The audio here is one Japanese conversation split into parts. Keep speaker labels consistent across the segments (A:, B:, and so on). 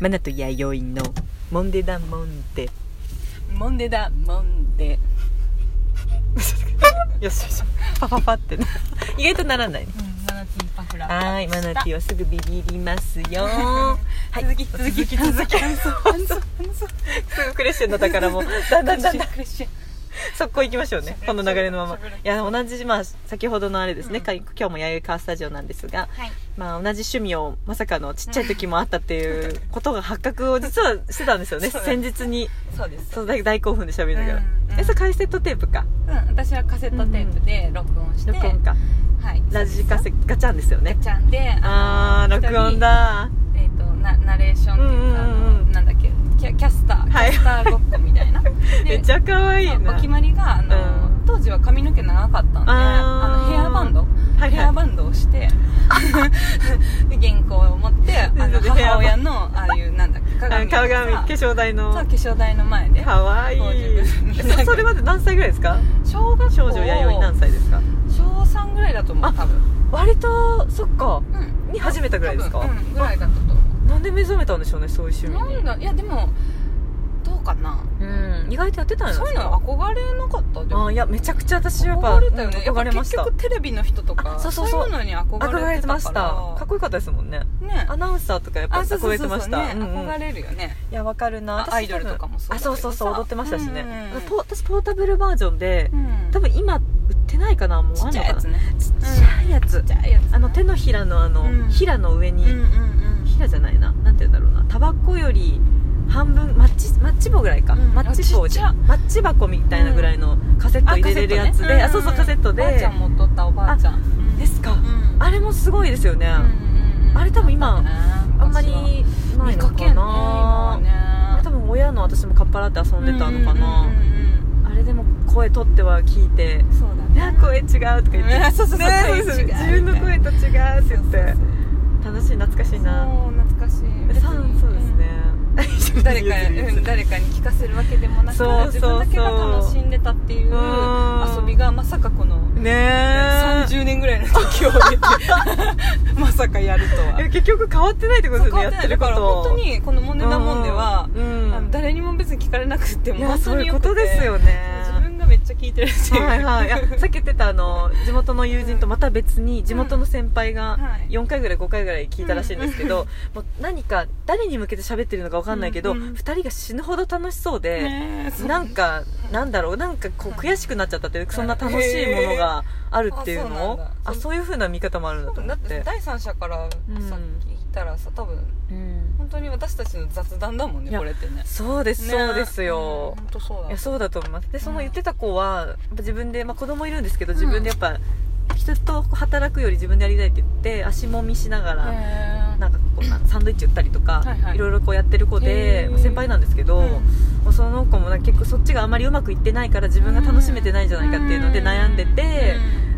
A: マナと弥生のモンデダモンデ
B: モンデだモンデ
A: よしよしパパパってな意外とならないね
B: マナティーパフラ
A: はーいマナティーはすぐビビりますよはい
B: 続き続き
A: 続き
B: 感想感想感想
A: すぐクレッシェンドだからもうだんだんだんだ ん
B: クレッシェン
A: 速攻行きましょうねこの流れのままい
B: 喋る
A: や同じまあ先ほどのあれですね、
B: うん
A: か今日も弥生カースタジオなんですが、
B: はい
A: まあ、同じ趣味をまさかのちっちゃい時もあったっていうことが発覚を実はしてたんですよね
B: そうだね
A: 先日に
B: そうです
A: そう大大興奮で喋りながら、
B: うんうん
A: えそれカセットテープか
B: うん私はカセットテープで録音して
A: 録音か
B: はい
A: ラジカセガチャンですよね
B: ちゃんで
A: あ
B: の
A: ー
B: 一人
A: 録音だ
B: えっとなナレーションっていうかあ
A: うんうん
B: の
A: うん
B: なんだっけキャキャスターキ
A: はい
B: ャスターごっこみたい な
A: めっち
B: ゃ
A: ゃ可愛いな
B: お決まりがあの
A: うん
B: 当時は髪の毛長かったんで
A: あー
B: あのヘアバンド
A: はい
B: ヘアバンドをしてで原稿を持ってあの
A: ヘアバン
B: 母親のああいうなんだっけ
A: あ
B: 鏡
A: 顔が化
B: そう
A: 粧台の
B: 化粧台の前で
A: 可愛い
B: そう自分
A: そそれまで何歳ぐらいですか
B: 小学校
A: 少女弥生何歳ですか
B: 小3ぐらいだと思
A: あ
B: う多分
A: 割とそっか
B: うん
A: に始めたぐらいですか
B: 多分うんぐらいだったと思う
A: なんで目覚めたんでしょうねそういう趣
B: な
A: 味
B: ん
A: に
B: だいやでもどうかな
A: うん意外とやってたんじゃ
B: そ
A: な
B: ういう
A: いです
B: の
A: か
B: 憧れなかったで
A: あ
B: も
A: ーいやめちゃくちゃ私やっぱ
B: 憧れたよね、
A: うん憧れました
B: やっぱ結局テレビの人とか
A: あそ
B: そうう
A: そうそう
B: いうのに憧れてたから
A: 憧れてましたかっこよかったですもんね
B: ね
A: アナウンサーとかやっぱ
B: あそうそ
A: 憧
B: う
A: れ
B: そ
A: て
B: うそう
A: まし
B: ね
A: たうんうん
B: 憧れるよね
A: いやわかるな
B: あ
A: 私
B: アイドルとかもそうだ
A: あ
B: けど
A: そうそうそう
B: さ
A: 踊ってましたしね
B: うん
A: ポ私ポータブルバージョンで
B: うん
A: 多分今売ってないかなもう
B: ち
A: あ
B: っ
A: ん
B: ち
A: の
B: ゃい
A: か
B: や
A: な
B: つね
A: ちっちゃいや
B: ち
A: つ
B: っちゃいやつ
A: あの手のひらのあ
B: う
A: の
B: ん
A: ひらの上に
B: うんうんうん
A: ひらじゃないななんて言うんだろうなタバコより半分マッチマッチ棒ぐらいか、
B: うん
A: マッチ棒
B: あち
A: で
B: っちゃ
A: マッチ箱みたいなぐらいのカセット
B: あ
A: 入れれるやつで、あそうそうカセット
B: おばあち
A: で
B: ゃんも撮ったおばあちゃん
A: ですか、
B: うん
A: あれもすごいですよね、
B: うんうん
A: あれ多分今あんまりな
B: 見
A: いの
B: か
A: か
B: けんね今
A: な、
B: は
A: あれ多
B: ね
A: 分親の私もかっぱらって遊んでたのかな、
B: うんうんうん
A: あれでも声取っては聞いて
B: うんそうだ
A: 「いや
B: ね
A: 声違う」とか言って、
B: うんそうそうそう
A: ね
B: 声違う
A: そうそう自分の声と違うって言って楽しい懐かしいな
B: そう懐かしい別
A: さ
B: に
A: そうですね、
B: うん誰か
A: 譲り譲
B: う
A: り
B: ん誰かに聞かせるわけでもなく
A: そうそうそう
B: 自分だけが楽しんでたっていう
A: うん
B: 遊びがまさかこの
A: ねえ
B: 30年ぐらいの時を 経てまさかやると
A: いや
B: は
A: 結局変わってないってこと
B: そ
A: で
B: う
A: すよねやって
B: だ
A: るこ
B: から
A: と
B: 本当にこの「モンデダモンデ」は
A: うん
B: あの誰にも別に聞かれなくて
A: い
B: も
A: や
B: 本
A: そ
B: 当
A: う
B: に
A: いう
B: よ
A: こ
B: くて
A: とですよね
B: 自分がめっちゃ聞いてるっていう
A: はいはい、いや さっき言ってたあの地元の友人とまた別に地元の先輩が
B: うんはい
A: 4回ぐらい5回ぐらい聞いたらしいんですけど、 もう何か誰に向けて喋ってるのか分かんないけど、
B: うんうん
A: 2人が死ぬほど楽しそうで、
B: ね そう
A: なんかなんだろうなんかこう悔しくなっちゃったっていうそんな楽しいものがあるっていうのを、
B: へー
A: あ
B: あ
A: そ
B: そう
A: いう風な見方もあるんだ
B: 多
A: と
B: 分だ
A: 思っ
B: って
A: て、
B: 第三者からさ
A: うん
B: 聞いたらさ多分
A: うん
B: 本当に私たちの雑談だもん
A: い
B: ね
A: や
B: これってね
A: そうです、そうですよ、
B: 本当そうだ
A: いやそうだと思いますでその
B: うん
A: 言ってた子はやっぱ自分で、まあ、子供いるんですけど
B: うん
A: 自分でやっぱ、人と働くより自分でやりたいって言って足もみしながら、
B: へー
A: なんかこうなサンドイッチ売ったりとか、
B: はいはい
A: ろいろこうやってる子で
B: へ、ー
A: まあ先輩なんですけど、
B: うん
A: まあその子もなんか結構そっちがあまりうまくいってないから自分が楽しめてないんじゃないかっていうので悩んでて、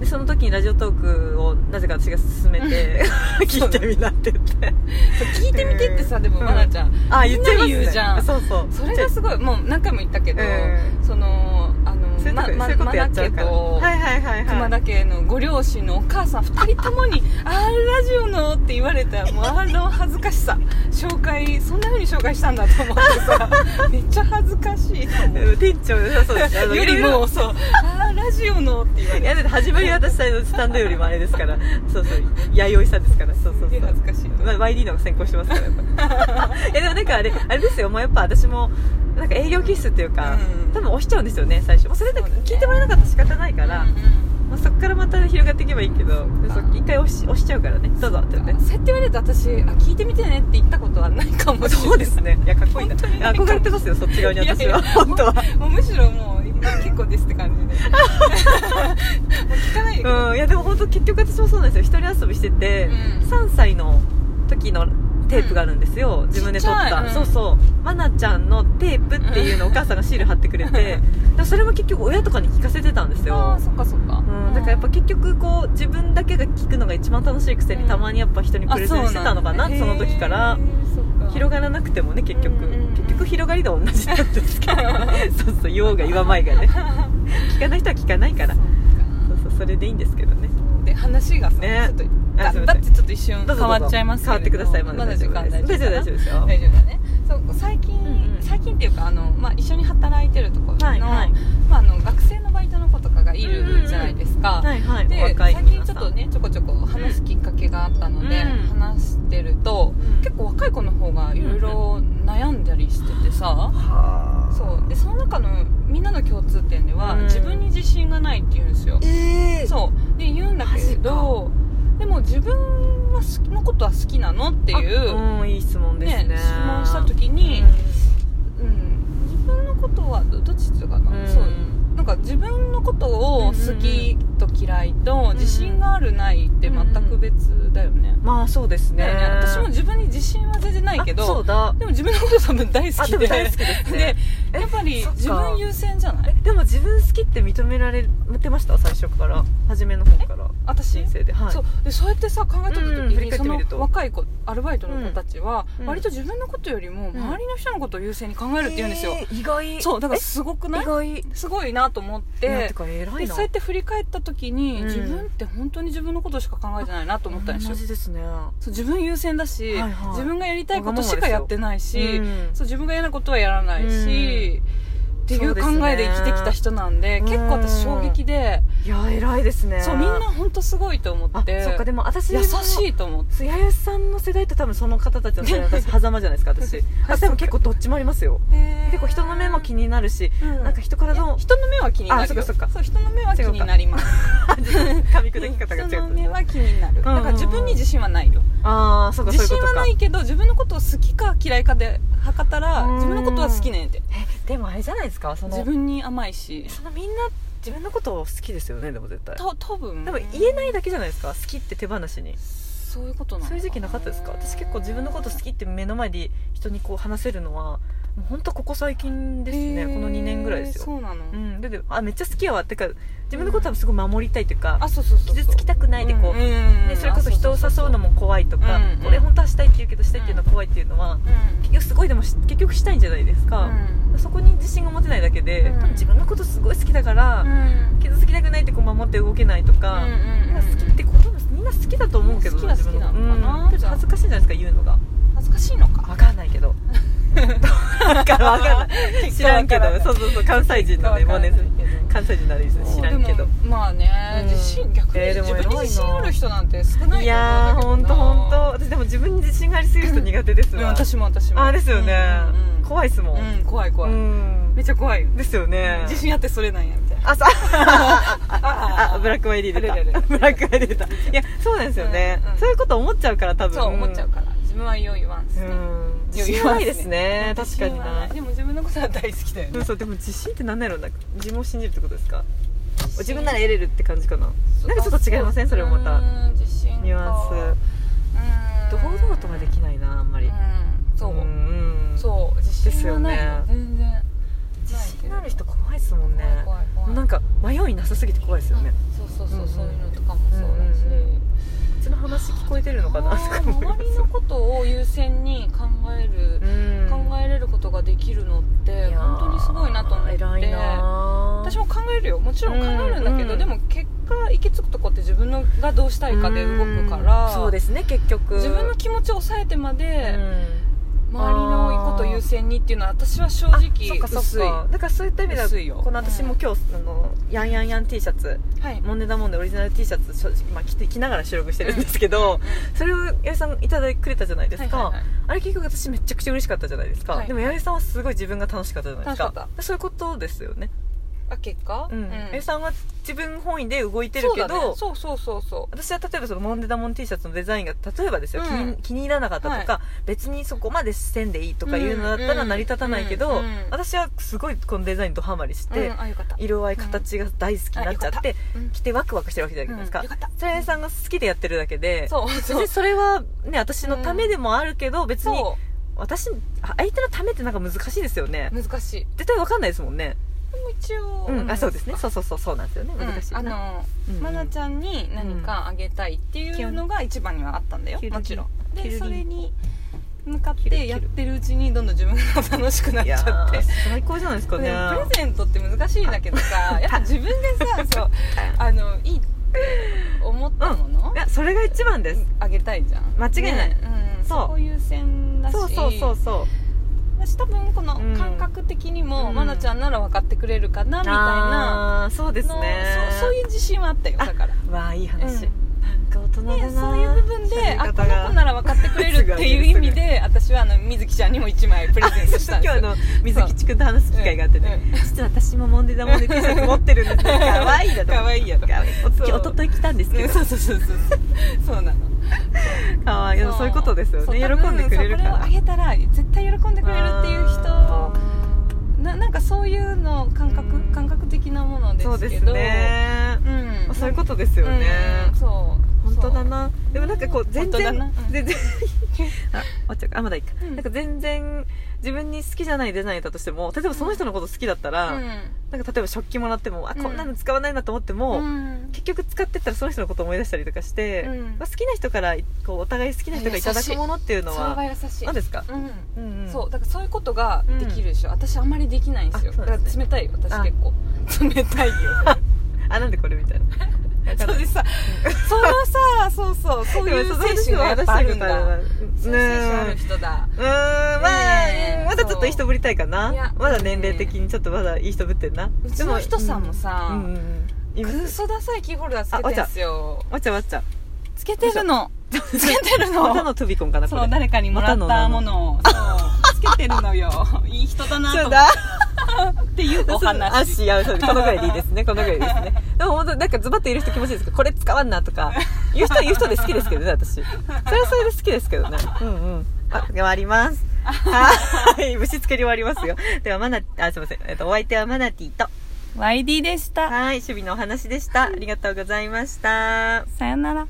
A: でその時にラジオトークをなぜか私が勧めて、 聞いてみなって言って
B: うん聞いてみてってさでも
A: うん
B: まなちゃん
A: あ言っちゃいま
B: みんな
A: すね
B: に言うじゃん
A: そうそう
B: それがすごいもう何回も言ったけど
A: うん
B: そのあの
A: そういうとこそういうことやっちゃうから、
B: ま
A: はいはいはいはい
B: 熊田家のご両親のお母さん2人ともに「あーラジオの」って言われ たもうあの恥ずかしさ紹介そんな風に紹介したんだと思ってさ めっちゃ恥ずかしいと思う
A: うん店長良さそう ですあの
B: より
A: いろいろ
B: もそう「あーラジオの」って言われ
A: い
B: て
A: やだって始まり私たちのスタンドよりもあれです からそうそう弥生さんですからそうそう
B: す
A: そ
B: げえ
A: う
B: 恥ずかしいと思う
A: ま YD の方が先行してますからや っぱいやでもなんかあれあれですよもうやっぱ私もなんか営業気質っていうか、
B: うん
A: 多分押しちゃうんですよね最初もうそれで
B: そうだね
A: 聞いてもらえなかったら仕方ないから、
B: うんうん
A: まあ、そこからまた広がっていけばいいけど
B: っか
A: そう一回押し押しちゃうからねどうぞって言って
B: そうやって言われると私あ聞いてみてねって言ったことはないかもしれない
A: そうですねいやかっこいいな
B: 本当になんか
A: 憧れてますよそっち側に私はい
B: やいや
A: 本当は
B: もうむしろもう結構ですって感 じでもう聞かないでください
A: うん、いやでも本当結局私もそうなんですよ一人遊びしてて、
B: うん
A: 3歳の時のテープがあるんですよ、自分で撮
B: ち
A: っ
B: っち
A: た、
B: ゃいうん
A: そうそうまなちゃんのテープっていうのをお母さんがシール貼ってくれて、だからそれも結局親とかに聞かせてたんです
B: あ
A: よ
B: ー、そっかそっか、
A: うん、だからやっぱ結局こう自分だけが聞くのが一番楽しいくせに、
B: うん
A: たまにやっぱ人にプレゼンしてたのかなその時から広
B: が
A: がらなくてもね結局、
B: うんうんうん
A: 結局広がりで同じなんですけ どそうそう言おうが言わまいがね聞かない人は聞かないからそうそうそれでいいんですけどね
B: で話がさ、
A: ね
B: ちょっと
A: あ
B: あ
A: すいま
B: バ
A: せん
B: ッてちょっと一瞬
A: ど
B: 変
A: うぞどうぞ
B: わっちゃいますけれ
A: 変わ
B: ど
A: ってくださいまだ
B: まだ時間大丈夫かな
A: 大丈夫ですよ
B: 大丈夫だねそう最近、
A: うんうん
B: 最近っていうかあの、まあ、一緒に働いてるところの,、
A: はいはい
B: まあ、あの学生のバイトの子とかがいるじゃないですか、
A: はいはいお
B: で
A: 若い
B: 最近
A: 皆
B: ち
A: さ
B: ょ
A: ん
B: っとねちょこちょこ話すきっかけがあったので、
A: うん
B: 話してると、
A: うん
B: 結構若い子の方がいろいろ悩んだりしててさ、
A: はあ
B: そうでその中のみんなの共通点では、
A: うん
B: 自分に自信がないって言うんですよ
A: ええ
B: そうで言うんだけどでも自分は好きのことは好きなのっていう、
A: うんいい質問ですね
B: 質問した時に、うん自分のことはどどっちっていうかな、
A: うん
B: そうなんか自分のことを好きと嫌いと
A: ん
B: 自信があるないって全く別だよね、
A: まあそうですね
B: だよね私も自分に自信は全然ないけ
A: あそう
B: ど
A: だ
B: でも自分のこと多分大好
A: あ
B: きで
A: でも大好きですね
B: でやっぱり
A: そっか
B: 自分優先じゃない
A: でも自分好きって認められてました最初から初めの方から
B: 私
A: 人生ではい
B: そうでそうやってさ考えた時
A: うんうん振り
B: に、
A: 返ってみると
B: その若い子アルバイトの子たちは、
A: うん
B: 割と自分のことよりも周りの人のことを優先に考えるって言うんですよ、
A: えー意外
B: そうだからすごく
A: え
B: ない
A: 意外
B: すごいなと思って
A: なんてか偉い
B: で
A: な
B: そうやって振り返った時に、
A: うん
B: 自分って本当に自分のことしか考えてないなと思ったんですよ
A: 同じですね
B: そう自分優先だし、
A: はいはい
B: 自分がやりたいことしかやってないし、
A: うん
B: そう自分が嫌なことはやらないし、ってい
A: そう
B: う
A: ですね
B: 考えで生きてきた人なんで
A: うん
B: 結構私衝撃で、
A: いや偉いですね
B: そうみんな本当すごいと思
A: あ
B: って
A: そっかでも私
B: 優し
A: い
B: いと思って
A: ややさんの世代と多分その方たち の世代私狭間じゃないですか私私多分結構どっちもありますよ結構人の目も気
B: に
A: になるしなんか人からの
B: 人の目は気になるよ
A: あそっかそっか
B: そう人の目は気になります
A: 噛み砕き方が違
B: 人の
A: う
B: 目は気になるだ
A: うんうんうん
B: から自分に自信はないよ
A: ああそうかそうい
B: 自
A: う
B: 信
A: こと
B: は
A: か
B: ないけど自分のことを好きか嫌いかで測ったら
A: うん
B: 自分のことは好きねんって
A: えでもあれじゃないですかその
B: 自分に甘いし
A: そのみんな自分のことを好きですよねでも絶対
B: た多分
A: でも言えないだけじゃないですか好きって手放しに
B: そういうことなの
A: そういう時期なかったですか私結構自分のこと好きって目の前で人にこう話せるのはもう本当ここ最近ですね、
B: へー
A: この2年ぐらいです
B: そ
A: よ
B: うなの
A: うんでであめっちゃ好きやわってか自分のことはすごい守りたいというか、
B: あそうそうそう
A: 傷つきたくないでこう、ね、
B: ね
A: それこそ人を誘うのも怖いとか、
B: うんうん
A: 俺本当はしたいって言うけどしたいっていうのは怖いっていうのは、結局すごいでもし結局したいんじゃないですか、そこに自信が持てないだけで、
B: うん
A: 多分自分のことすごい好きだから、傷つきたくないってこう守って動けないとか、なんか好きってこともみんな好きだと思うけど
B: 好きは好きなのかな
A: 自分うん、
B: じゃあ
A: 恥ずかしいじゃないですか言うのが
B: 恥ずかしいのか
A: わかんないけどわかんないわかんない知らんけど
B: 結果
A: そ
B: わ
A: うそうそう関西人のね
B: か
A: マ
B: んな
A: ネ
B: い
A: ず関西人ならいいです知らんけ
B: で
A: ど
B: もまあね
A: うん
B: 自信逆に
A: えーでも
B: 自分に自
A: 偉い
B: 信
A: な
B: ある人なんて少ないと思うんだけどない
A: やー本当本当私でも自分に自信がありすぎる人苦手です
B: うん
A: わ、
B: 私も私も
A: あですよね、
B: うんうん
A: 怖いですも
B: うん
A: ん、
B: うん怖い怖い
A: うん
B: めっちゃ怖いよ
A: ですよね
B: 自信あってそれなんやみたいな
A: あそう
B: あ
A: あブラックアイリー出
B: あれれれ
A: たブラックアイリー出たいやそうなんですよね、
B: うんうん
A: そういうこと思っちゃうから多分
B: そう思っちゃうから自分はよい言わんですね
A: うん自
B: よ
A: 信
B: 言
A: は
B: わ
A: なんいですね確かに
B: 自信は
A: ない
B: でも自分のことは大好きだよ
A: うん
B: ね
A: そうでも自信って何なんやろな自分を信じるってことですか自分なら得れるって感じかななんかちょっと違いませんそれもまた
B: うん自信か
A: ニュアンス堂
B: うん
A: 々とはできないなあんまり、
B: うんそ
A: ん
B: うんそう自信はないよ
A: です
B: 全然ないけど
A: 自信のある人怖いですもんね
B: 怖い怖い怖い
A: なんか迷いなさすぎて怖いですよね、
B: そうそうそう、
A: うんうん
B: そういうのとかもそうだし、
A: うんうんうんうちの話聞こえてるのかなとか思いま
B: 周りのことを優先に考える、
A: す
B: 考えれることができるのって本当にすごいなと思って
A: 偉いな
B: 私も考えるよもちろん考えるんだけど、
A: うんうん
B: でも結果行き着くとこって自分のがどうしたいかで動くから、
A: うんそうですね結局
B: 自分の気持ちを抑えてま
A: う
B: で、
A: ん
B: 周りのこと優先にっていうのは私は正
A: あ
B: 直
A: そっかそっ
B: 薄い
A: かだからそういった意味では
B: 薄いよ
A: この私も今日、あのヤンヤンヤン T シャツ
B: はい
A: モンデダモンデオリジナル T シャツ正直、まあ、着て着ながら収録してるんですけど、それを八重さんいただいてくれたじゃないですか、
B: はいはいはい
A: あれ結局私めちゃくちゃ嬉しかったじゃないですか、
B: はい
A: でも八重さんはすごい自分が楽しかったじゃないですか
B: 楽しかっ
A: そういうことですよね、
B: あ結果
A: うん八重さんは自分本位で動いてる
B: そう
A: け
B: だね
A: ど、
B: そうそうそうそう
A: 私は例えばそのモンデダモン T シャツのデザインが例えばですよ、気
B: う
A: に
B: ん
A: 気に入らなかったとか、別にそこまでせんでいいとかいうのだったら
B: うん
A: 成り立たないけど、
B: うんうん
A: 私はすごいこのデザインとハマりして、
B: うん、あよかった
A: 色合い形が大好きになっちゃって、
B: うん
A: 着てワクワクしてるわけじゃないですか、
B: うんよかった
A: それはやさんが好きでやってるだけで
B: そうそ
A: 別
B: う
A: にそれはね私のためでもあるけど、別に
B: そ
A: 私相手のためってなんか難しいですよね
B: う難しい
A: 絶対わかんないですもんね、
B: でも一応、
A: うんあそうですね
B: ん
A: そうそうそうそうなんですよね難しいな、
B: あの、
A: うんうん
B: まなちゃんに何かあげたいっていうのが一番にはあったんだよ
A: キュルギ
B: もちろん
A: キュルギ
B: でそれに向かっ
A: キュルキュ
B: て
A: ル
B: やってるうちにどんどん自分が楽しくなっ
A: い
B: ち
A: や
B: ゃって
A: ー最高じゃないですかね
B: でプレ ゼントって難しいんだけどさやっぱ自分でさそうあのいいって思ったもの
A: いやそれが一番です
B: あげたいじゃん
A: 間違いない
B: ねうん、
A: そう
B: そこ優先だし
A: そうそうそうそう
B: 私多分この
A: うん
B: 感覚的にも、
A: うん
B: まなちゃんなら分かってくれるかなみたいな
A: あーそうです
B: の
A: ね
B: そうそういう自信はあったよ
A: あ
B: だから
A: わあいい話、
B: うん
A: なんか大人だ
B: で
A: な
B: そういう部分であこの子な
A: ら
B: ら分かってくれるっていう意味で私はあの水木ちゃんにも1枚プレゼントした
A: 今
B: んです
A: 日あの水木ちくんと話す機会があってね、
B: うん
A: 実は私もモンデダモンデ T シャツ持ってるんですけど可愛いだ と
B: 可愛いやろ
A: 可愛いお
B: そう
A: おととい来たんですけ
B: う
A: ど
B: ん そうそうそうそうそうなの
A: 可愛いそういうことですよね
B: そう
A: 喜んでくれるか
B: そうこれを
A: ら
B: あげたら絶対喜んでくれるっていう人ななんかそういうの感覚
A: うん
B: 感覚的なもので
A: そう
B: す
A: で
B: け
A: す
B: ど
A: ね
B: うん
A: そういうことですよね、
B: うんそう
A: 本当
B: そ
A: だ
B: う
A: なでもなんかこう
B: 本
A: 全然
B: 当だなうん
A: 全然 あ終わっちゃうかあまだいいか、
B: うん
A: なんか全然自分に好きじゃないデザインだとしても例えばその人のこと好きだったら、
B: う
A: なんか例えば食器もらってもあ
B: うん
A: こんなの使わないなと思っても、
B: んうん
A: 結局使ってったらその人のこと思い出したりとかして、
B: うん
A: まあ、好きな人からこうお互い好きな人がいただくものっていうの
B: それは
A: は
B: 優しい
A: 何ですか、
B: うん
A: うんうん
B: そうだからそういうことができるでしょ、私あんまりできないんですよ
A: あそう
B: だ
A: で
B: か
A: す
B: ら冷たいよ私
A: あ
B: 結構冷たいよ
A: あなんでこれみたいなわ
B: そ
A: かんな
B: う
A: い
B: でさそのさそうそうそう
A: で
B: いう
A: もその
B: 精
A: 話
B: 神
A: を
B: がやっ
A: 話
B: ぱ
A: し
B: あ
A: て
B: る
A: る
B: ん
A: か
B: だ
A: ら
B: そういう精
A: ね
B: 神ある人だ
A: うーんまあ、
B: ねえ
A: まだちょっといい人ぶりたいか
B: そういや
A: なまだ年齢的にちょっとまだいい人ぶってんな
B: うちの人さんも
A: でも
B: さ
A: うん、うんうんいま
B: ク
A: す
B: ソダサいキーホルダーつけてんすよ
A: わっちゃわっちゃ
B: つけてるのつけてる
A: また
B: の
A: のトビコンかなこ
B: そう
A: れ
B: 誰かにもらったものをそうつけてるの よいい人だなと
A: そ
B: 思
A: うだ
B: っていうお
A: あ
B: 話
A: しやそうこのぐらいでいい ですねこのぐらいでいいですねでも本当なんかズバッといる人気持ちいいですけどこれ使わんなと か言う人は言う人で好きですけどね私それはそれで好きですけどねうんうんあ終わります はい虫つけり終わりますよではマナあすいません、えっと、お相手はマナティと
B: YD でした
A: はい守備のお話でしたありがとうございました
B: さよなら